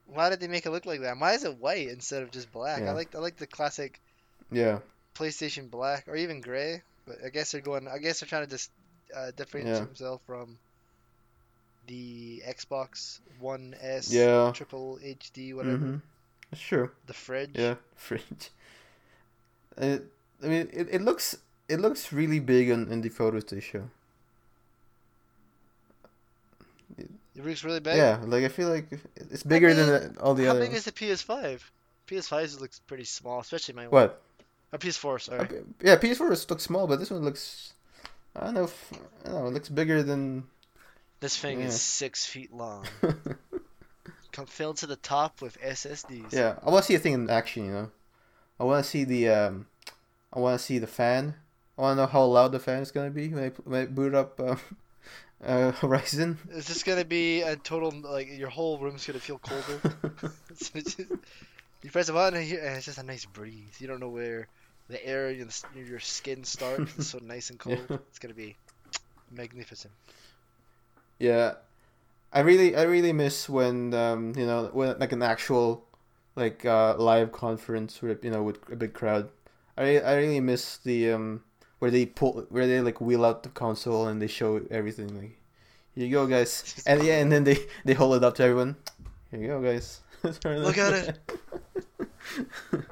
Speaker 2: why did they make it look like that? And Why is it white instead of just black?
Speaker 1: Yeah.
Speaker 2: I like I like the classic
Speaker 1: yeah,
Speaker 2: PlayStation black or even gray. But I guess they're going. I guess they're trying to just uh, differentiate
Speaker 1: Yeah.
Speaker 2: themselves from the Xbox One S
Speaker 1: yeah.
Speaker 2: triple HD whatever
Speaker 1: Mm-hmm. Sure.
Speaker 2: the fridge.
Speaker 1: Yeah, fridge. Uh, I mean, it, it looks it looks really big in, in the photos they show.
Speaker 2: It looks really big.
Speaker 1: Yeah, like I feel like it- it's bigger than the- all the
Speaker 2: How
Speaker 1: other.
Speaker 2: big is the PS5? PS5 looks pretty small, especially my one.
Speaker 1: what?
Speaker 2: A PS4, sorry.
Speaker 1: Okay, Yeah, PS4 is- looks small, but this one looks. I don't know. If, I don't know. It looks bigger than.
Speaker 2: This thing
Speaker 1: Yeah.
Speaker 2: is six feet long, come filled to the top with SSDs.
Speaker 1: yeah, I want to see a thing in action. You know, I want to see the. Um, I want to see the fan. I want to know how loud the fan is gonna be when I, when I boot up um, uh, Horizon.
Speaker 2: It's just gonna be a total like your whole room's gonna feel colder. It's just- you press a button and, you, and it's just a nice breeze. You don't know where the air in s- near your skin starts. It's so nice and cold.
Speaker 1: Yeah.
Speaker 2: It's gonna be magnificent.
Speaker 1: Yeah, I really, I really miss when um, you know, when like an actual, like uh, live conference with you know with a big crowd. I re- I really miss the um where they pull where they like wheel out the console and they show everything like, here you go guys, and yeah, and then they they hold it up to everyone. Here you go guys.
Speaker 2: Look at it.
Speaker 1: and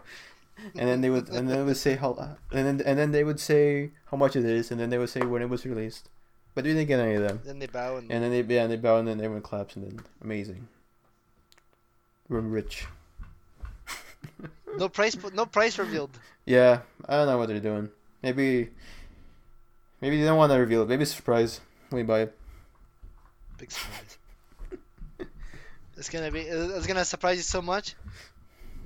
Speaker 1: then they would and then they would say how and then and then they would say how much it is and then they would say when it was released, but we didn't get any of them.
Speaker 2: Then they bow and
Speaker 1: And then they yeah, and they bow and then everyone claps and then amazing. We're rich.
Speaker 2: no price, no price revealed.
Speaker 1: Yeah, I don't know what they're doing. Maybe maybe they don't want to reveal it. Maybe it's a surprise when you buy it.
Speaker 2: Big surprise. it's gonna be. It's gonna surprise you so much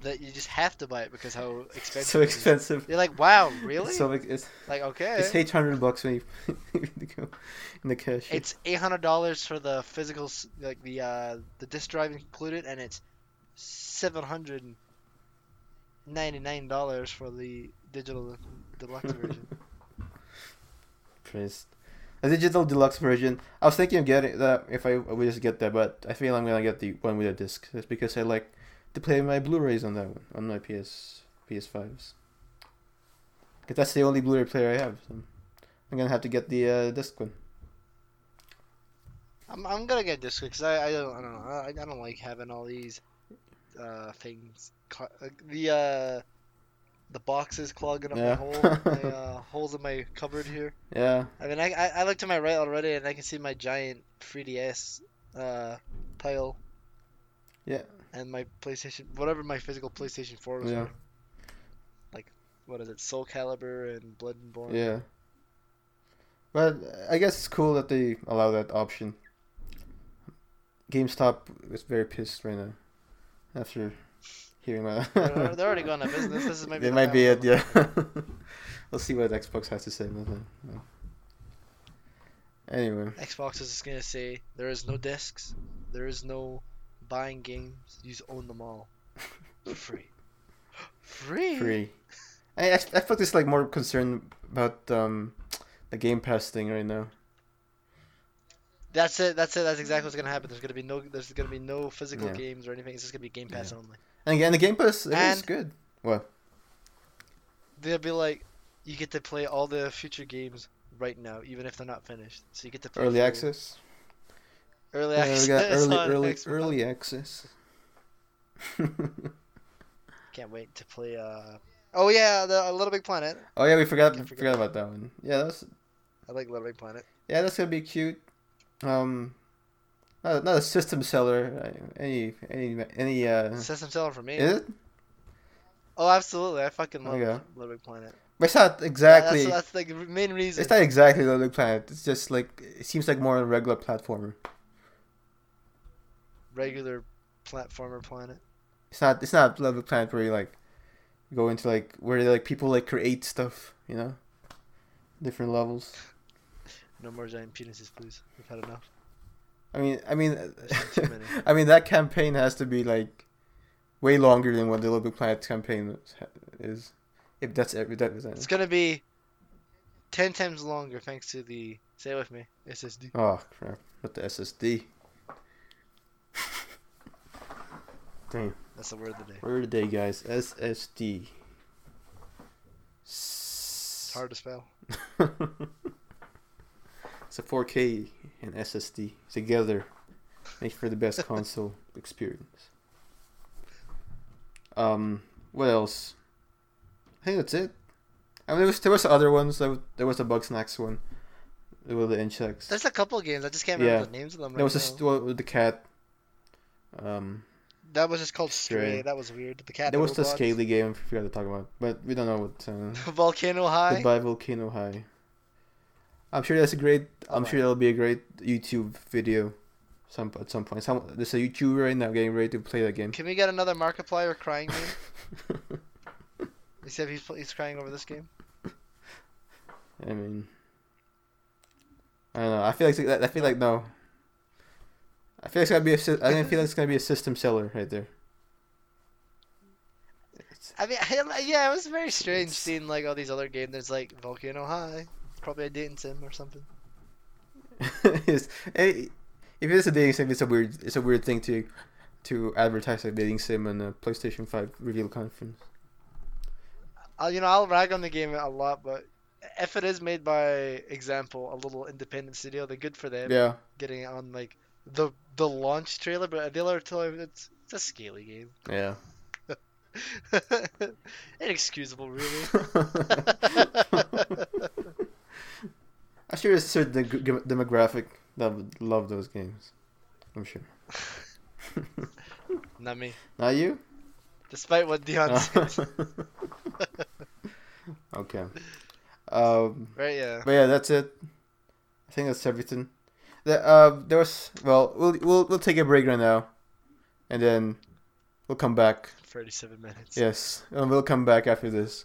Speaker 2: that you just have to buy it because how expensive.
Speaker 1: It's so
Speaker 2: it is.
Speaker 1: expensive.
Speaker 2: You're like, wow, really?
Speaker 1: It's so ex- it's
Speaker 2: like, okay.
Speaker 1: it's eight hundred bucks when you when you go in the cash.
Speaker 2: It's eight hundred dollars for the physical, s- like the uh, the disk drive included, and it's seven hundred ninety nine dollars for the digital deluxe version.
Speaker 1: Priced. A digital deluxe version. I was thinking of getting that if I would just get that, but I feel I'm gonna get the one with a disc. That's because I like to play my Blu-rays on that one, on my PS PS5s. Cause that's the only Blu-ray player I have. So I'm gonna have to get the uh, disc one.
Speaker 2: I'm, I'm gonna get this because I, I don't I don't know I, I don't like having all these uh things cl- like, the uh the boxes clogging up
Speaker 1: Yeah.
Speaker 2: my hole my, uh, holes in my cupboard here.
Speaker 1: Yeah,
Speaker 2: I mean I, I I look to my right already and I can see my giant 3ds uh pile
Speaker 1: yeah,
Speaker 2: and my PlayStation, whatever my physical PlayStation 4 was.
Speaker 1: Yeah.
Speaker 2: for. Like, what is it? Soul Calibur and Blood and Born.
Speaker 1: yeah. But I guess it's cool that they allow that option. GameStop is very pissed right now after hearing my.
Speaker 2: They're, they're already going out of business. This is
Speaker 1: They
Speaker 2: maybe. the
Speaker 1: might be it,
Speaker 2: final
Speaker 1: yeah. we'll see what Xbox has to say about that. Yeah. Anyway,
Speaker 2: one. Xbox is just gonna say there is no discs, there is no buying games. You just own them all for free. free.
Speaker 1: free. I I I felt this like more concerned about um the Game Pass thing right now.
Speaker 2: That's it. That's it. That's exactly what's gonna happen. There's gonna be no. There's gonna be no physical
Speaker 1: Yeah.
Speaker 2: games or anything. It's just gonna be Game Pass only.
Speaker 1: And again, the Game Pass it is
Speaker 2: And-
Speaker 1: good.
Speaker 2: They'll be like, you get to play all the future games right now, even if they're not finished. So you get to play
Speaker 1: Early
Speaker 2: full-
Speaker 1: access.
Speaker 2: Early
Speaker 1: Yeah,
Speaker 2: access.
Speaker 1: we got early
Speaker 2: on
Speaker 1: early
Speaker 2: Xbox.
Speaker 1: early access.
Speaker 2: Can't wait to play. Uh... Oh yeah, the uh, Little Big Planet.
Speaker 1: oh yeah, we forgot
Speaker 2: Can't forget
Speaker 1: forgot about that one. Yeah, that's
Speaker 2: I like Little Big Planet.
Speaker 1: yeah, that's gonna be cute. Um, not, not a system seller. uh, Any any any uh.
Speaker 2: System seller for me.
Speaker 1: Is it?
Speaker 2: Oh, absolutely. I fucking love
Speaker 1: Okay.
Speaker 2: Little Big Planet.
Speaker 1: But it's not exactly.
Speaker 2: Yeah, that's, that's like the main reason.
Speaker 1: it's not exactly Lonely Planet. It's just like it seems like more of a regular platformer.
Speaker 2: regular platformer planet.
Speaker 1: It's not. It's not Lonely Planet where you like go into like where like people like create stuff. You know, different levels.
Speaker 2: No more giant penises, please. We've had enough.
Speaker 1: I mean, I mean,
Speaker 2: just too many.
Speaker 1: I mean that campaign has to be like way longer than what the Little Big Planet campaign is. If that's every that is
Speaker 2: It's gonna be ten times longer thanks to the say it with me SSD.
Speaker 1: Oh crap! What the SSD? Damn.
Speaker 2: That's the word of the day.
Speaker 1: Word of the day, guys. SSD.
Speaker 2: It's hard to spell.
Speaker 1: it's a 4K and SSD together. Make for the best console experience. Um, what else? I think that's it. I mean, there was there was other ones. There was, there was a Bug Snacks one. There were the insects.
Speaker 2: There's a couple games. I just can't
Speaker 1: Yeah.
Speaker 2: remember the names of them.
Speaker 1: There was a
Speaker 2: right now.
Speaker 1: st- well, with the cat. Um,
Speaker 2: that was just called
Speaker 1: Stray.
Speaker 2: Stray. That was weird. The cat.
Speaker 1: there was the
Speaker 2: robot.
Speaker 1: scaly game. I forgot to talk about, but we don't know what. Uh,
Speaker 2: Volcano High.
Speaker 1: Goodbye, Volcano High. I'm sure that's a great. I'm
Speaker 2: my.
Speaker 1: sure that'll be a great YouTube video, some at some point. Some there's a YouTuber right now getting ready to play that game.
Speaker 2: Can we get another Markiplier crying game? Except he's, pl- he's crying over this game.
Speaker 1: I mean, I don't know. I feel like I feel like no. I feel like it's gonna be a. sy- I feel like it's gonna be a system seller right there. It's-
Speaker 2: I mean, yeah, it was very strange
Speaker 1: It's-
Speaker 2: seeing like all these other games. There's like Volcano High. It's probably a dating sim or something.
Speaker 1: it's, eh, if it's a dating sim, it's a weird. It's a weird thing to, to advertise a dating sim on a PlayStation Five reveal conference.
Speaker 2: I'll, you know, I'll rag on the game a lot, but if it is made by example, a little independent studio, then good for them.
Speaker 1: Yeah.
Speaker 2: Getting it on like the the launch trailer, but the other time it's it's a scaly game.
Speaker 1: Yeah.
Speaker 2: Inexcusable, really.
Speaker 1: I'm sure there's a certain deg- gem- demographic that would love those games. I'm sure.
Speaker 2: Not me.
Speaker 1: Not you?
Speaker 2: Despite what Dion
Speaker 1: Uh-huh.
Speaker 2: said.
Speaker 1: okay. Um,
Speaker 2: Right? Yeah.
Speaker 1: but yeah, that's it. I think that's everything. The, uh, there was well, we'll we'll we'll take a break right now, and then we'll come back.
Speaker 2: Thirty-seven minutes.
Speaker 1: Yes, and we'll come back after this.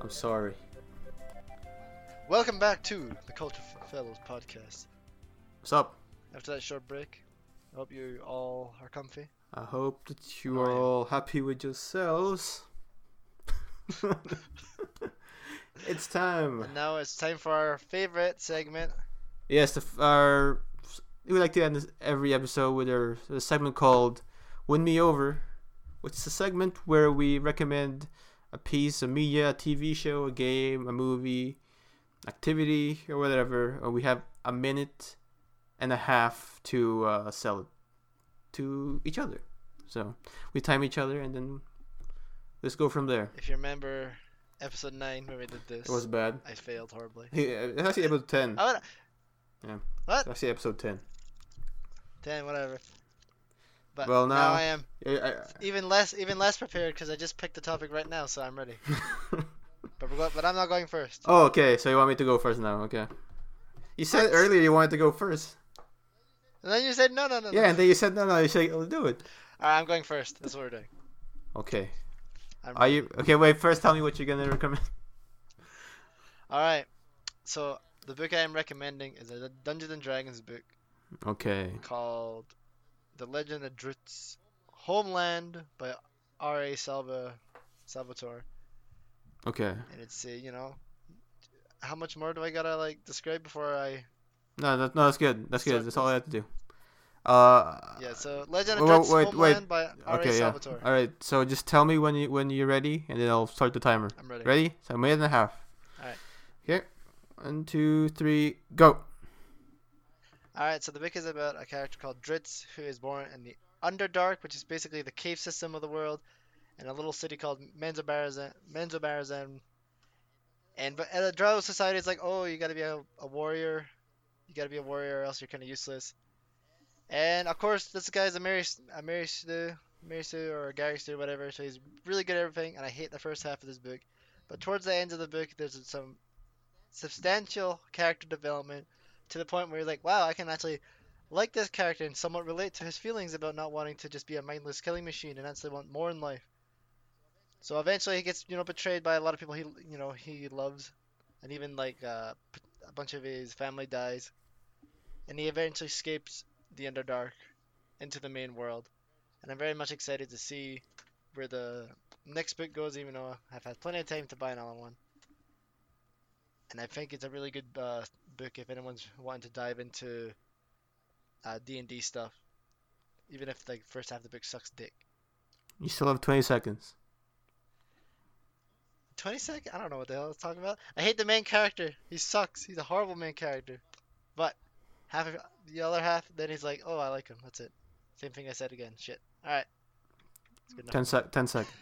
Speaker 1: I'm sorry.
Speaker 2: Welcome back to the Culture F- Fellows podcast.
Speaker 1: What's up?
Speaker 2: After that short break, I hope you all are comfy.
Speaker 1: I hope that you
Speaker 2: Oh,
Speaker 1: are
Speaker 2: yeah.
Speaker 1: all happy with yourselves. it's time.
Speaker 2: And now it's time for our favorite segment.
Speaker 1: Yes, the, f- our we like to end this- every episode with our with a segment called "Win Me Over," which is a segment where we recommend a piece of media, a TV show, a game, a movie, activity, or whatever, or we have a minute and a half to uh, sell it to each other. So we time each other and then let's go from there.
Speaker 2: If you remember episode 9 when we did this,
Speaker 1: It was bad.
Speaker 2: I failed horribly.
Speaker 1: Yeah, It's actually episode 10.
Speaker 2: I would,
Speaker 1: It's actually episode 10.
Speaker 2: 10, whatever. But
Speaker 1: Well,
Speaker 2: now
Speaker 1: now-
Speaker 2: I am
Speaker 1: Yeah,
Speaker 2: even less even less prepared because I just picked the topic right now, so I'm ready.
Speaker 1: I-
Speaker 2: But we're go- but I'm not going first.
Speaker 1: oh, okay. So you want me to go first now? Okay. You said
Speaker 2: What?
Speaker 1: earlier you wanted to go first.
Speaker 2: And then you said no, no, no.
Speaker 1: Yeah,
Speaker 2: No.
Speaker 1: and then you said no, no. You said I'll do it.
Speaker 2: All right, I'm going first. That's what we're doing.
Speaker 1: Okay.
Speaker 2: I'm
Speaker 1: Are you okay? Wait, first tell me what you're gonna recommend.
Speaker 2: All right. So the book I am recommending is a Dungeons and Dragons book
Speaker 1: Okay.
Speaker 2: called The Legend of Dritz Homeland by R.A. Salva Salvatore.
Speaker 1: Okay.
Speaker 2: And it's uh, you know how much more do I gotta like describe before I
Speaker 1: No, that, no, that's good. That's
Speaker 2: Start
Speaker 1: good. That's all I have to do. Uh.
Speaker 2: Yeah, so Legend of
Speaker 1: Wait,
Speaker 2: Dritz
Speaker 1: wait, wait.
Speaker 2: Homeland by R.A.
Speaker 1: Okay. Yeah.
Speaker 2: Salvatore.
Speaker 1: All right. So just tell me when you when you're ready, and then I'll start the timer.
Speaker 2: I'm ready.
Speaker 1: Ready? So a minute and a half.
Speaker 2: All right.
Speaker 1: Okay. One, two, three, go.
Speaker 2: Alright, so the book is about a character called Dritz who is born in the Underdark, which is basically the cave system of the world, in a little city called Menzoberranzan. Menzoberranzan. And but at a Drow society, it's like, oh, you gotta be a, a warrior. You gotta be a warrior, or else you're kind of useless. And of course, this guy's a Mary, a Mary Sue, Mary Sue, or a Gary Sue, whatever. So he's really good at everything, and I hate the first half of this book. But towards the end of the book, there's some substantial character development to the point where you're like, wow, I can actually like this character and somewhat relate to his feelings about not wanting to just be a mindless killing machine and actually want more in life. So eventually, he gets you know betrayed by a lot of people he you know he loves, and even like uh, p- a bunch of his family dies, and he eventually escapes the Underdark into the main world. And I'm very much excited to see where the next book goes, even though I've had plenty of time to buy another one. And I think it's a really good uh, book if anyone's wanting to dive into uh, D&D stuff, even if the first half of the book sucks dick.
Speaker 1: You still have 20 seconds.
Speaker 2: 20 second? I don't know what the hell I was talking about. I hate the main character. He sucks. He's a horrible main character. But half of the other half, then he's like, oh, I like him. That's it. Same thing I said again. Shit. All right. It's good enough.
Speaker 1: 10 sec. 10 seconds.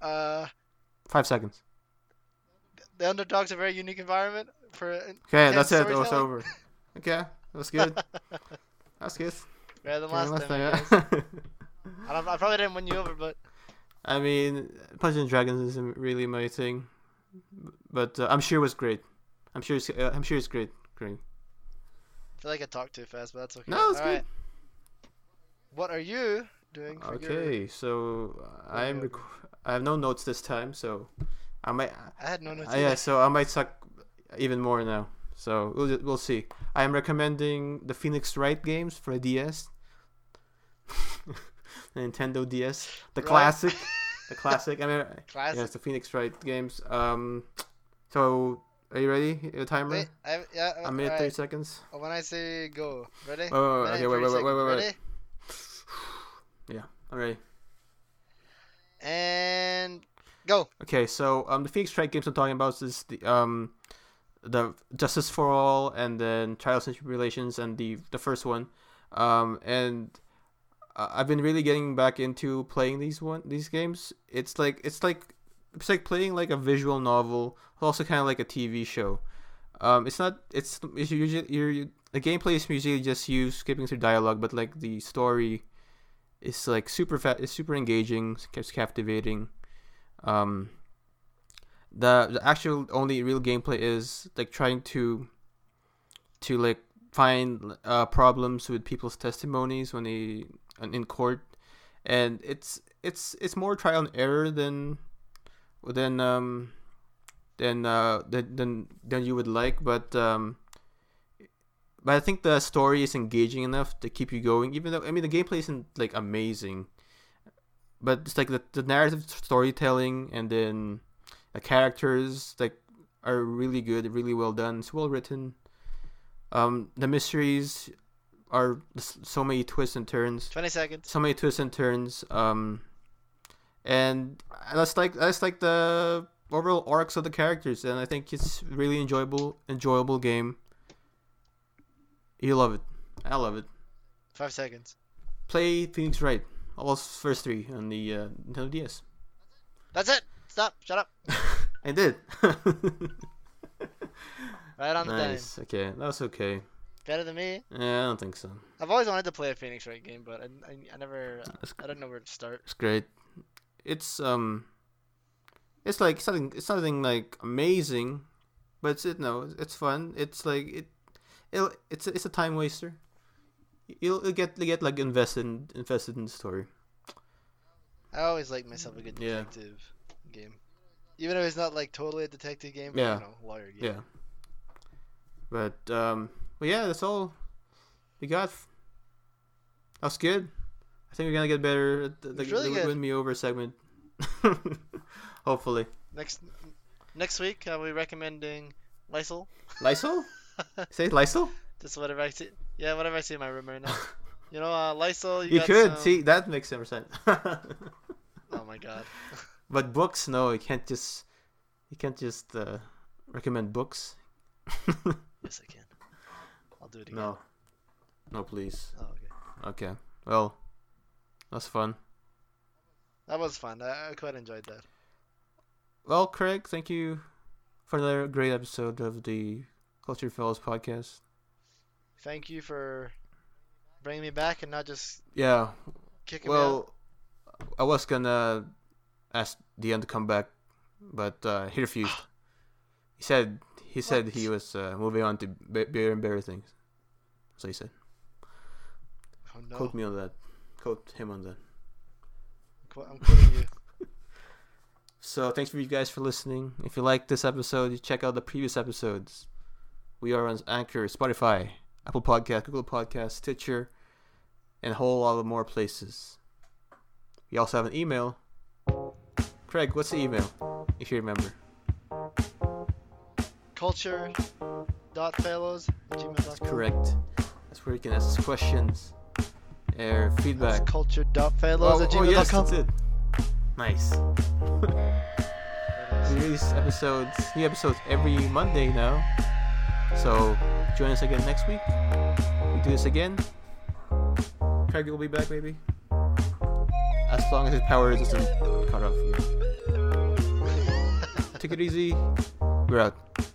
Speaker 2: Uh,
Speaker 1: Five seconds.
Speaker 2: the underdog's a very unique environment for. uh, an-
Speaker 1: Okay,
Speaker 2: Ten
Speaker 1: that's it. It was
Speaker 2: storytelling.
Speaker 1: over. Okay, that's good. That's good.
Speaker 2: Rather than
Speaker 1: Okay,
Speaker 2: last
Speaker 1: last
Speaker 2: time. I, guess.
Speaker 1: thing, yeah.
Speaker 2: I, don't, I probably didn't win you over, but
Speaker 1: I mean, Dungeons and Dragons isn't really my thing, but uh, I'm sure it was great. I'm sure it's, uh, I'm sure it's great. Great.
Speaker 2: I feel like I talked too fast, but that's okay.
Speaker 1: No, it's
Speaker 2: All
Speaker 1: good.
Speaker 2: right. What are you doing for your-
Speaker 1: Okay, so uh, I'm
Speaker 2: Okay.
Speaker 1: rec- I have no notes this time, so I might
Speaker 2: I had no notes.
Speaker 1: I,
Speaker 2: either.
Speaker 1: Uh, yeah, so I might suck even more now. So we'll, we'll see. I am recommending the Phoenix Wright games for DS, the Nintendo DS, the
Speaker 2: Right.
Speaker 1: classic, the classic. I mean,
Speaker 2: Classic.
Speaker 1: yes, the Phoenix Wright games. Um, so are you ready? Your timer.
Speaker 2: Wait, I, yeah,
Speaker 1: A minute,
Speaker 2: alright.
Speaker 1: thirty seconds.
Speaker 2: When I say go, ready?
Speaker 1: Oh,
Speaker 2: Minute
Speaker 1: okay,
Speaker 2: and
Speaker 1: wait, wait, wait,
Speaker 2: 30
Speaker 1: wait,
Speaker 2: seconds.
Speaker 1: wait, wait.
Speaker 2: Ready?
Speaker 1: I'm ready.
Speaker 2: And go.
Speaker 1: Okay, so um, the Phoenix Strike games I'm talking about is the um, the Justice for All, and then Trials and Tribulations, and the the first one, um, and I- I've been really getting back into playing these one these games. It's like it's like it's like playing like a visual novel, also kind of like a TV show. Um, it's not it's it's usually you're, you the gameplay is usually just you skipping through dialogue, but like the story is like super fat, it's super engaging, it's captivating. Um, the the actual only real gameplay is like trying to to like find uh, problems with people's testimonies when they in in court, and it's it's it's more trial and error than than um than uh than than, than you would like, but um. But I think the story is engaging enough to keep you going, even though I mean the gameplay isn't like amazing, but it's like the, the narrative storytelling and then the characters like are really good really well done it's well written um the mysteries are s- so many twists and turns
Speaker 2: 20 seconds.
Speaker 1: so many twists and turns um and I just like I just like the overall arcs of the characters, and I think it's really enjoyable enjoyable game. You love it, I love it.
Speaker 2: Five seconds.
Speaker 1: Play Phoenix Wright, all first three on the uh, Nintendo DS.
Speaker 2: That's it. Stop. Shut up.
Speaker 1: I did.
Speaker 2: Right on the time.
Speaker 1: nice. Okay, that was okay.
Speaker 2: Better than me.
Speaker 1: Yeah, I don't think so.
Speaker 2: I've always wanted to play a Phoenix Wright game, but I, I, I never.
Speaker 1: That's
Speaker 2: I don't know where to start.
Speaker 1: It's great. It's um, it's like something. It's something like amazing, but it's it no. It's fun. It's like it. It'll, it's a- it's a time waster. You'll, you'll get you get like invested in, invested in the story.
Speaker 2: I always like myself a good
Speaker 1: Yeah.
Speaker 2: detective game. Even if it's not like totally a detective game, but,
Speaker 1: Yeah.
Speaker 2: you know, lawyer game.
Speaker 1: Yeah. But um, but yeah, that's all we got. That's good. I think we're gonna get better at the, the,
Speaker 2: It's really
Speaker 1: the
Speaker 2: good.
Speaker 1: win me over segment. Hopefully,
Speaker 2: Next next week, I'll be recommending Lysol.
Speaker 1: Lysol. Say Lysol.
Speaker 2: Just whatever I see. Yeah, whatever I see in my room right now. You know, uh, Lysol. You,
Speaker 1: You,
Speaker 2: got
Speaker 1: could
Speaker 2: some-
Speaker 1: see that makes some sense.
Speaker 2: Oh my god.
Speaker 1: but books, no, you can't just you can't just uh, recommend books.
Speaker 2: Yes, I can. I'll do it again.
Speaker 1: no, no, please.
Speaker 2: Oh, okay.
Speaker 1: Okay, well, that's fun.
Speaker 2: That was fun. I, I quite enjoyed that.
Speaker 1: Well, Craig, thank you for another great episode of the Culture Fellows podcast.
Speaker 2: Thank you for bringing me back and not just
Speaker 1: Yeah,
Speaker 2: kicking me out.
Speaker 1: well, I was gonna ask Dion to come back, but uh, he refused. he said he said he was uh, moving on to be- beer and better things. So he said.
Speaker 2: Oh, no.
Speaker 1: Quote me on that. Quote him on that.
Speaker 2: Qu- I'm quoting you.
Speaker 1: So thanks for you guys for listening. If you like this episode, you check out the previous episodes. We are on Anchor, Spotify, Apple Podcast, Google Podcast, Stitcher, and a whole lot of more places. We also have an email. Craig, what's the email? If you remember.
Speaker 2: Culture dot fellows at gmail.com.
Speaker 1: Correct. That's where you can ask us questions or feedback.
Speaker 2: That's culture dot fellows at
Speaker 1: oh,
Speaker 2: gmail.com.
Speaker 1: yes, that's it. Nice.
Speaker 2: Very
Speaker 1: We
Speaker 2: nice.
Speaker 1: release episodes, new episodes every Monday now. So join us again next week. We do this again. Craig will be back maybe. As long as his power doesn't cut off. Yeah. Take it easy. We're out.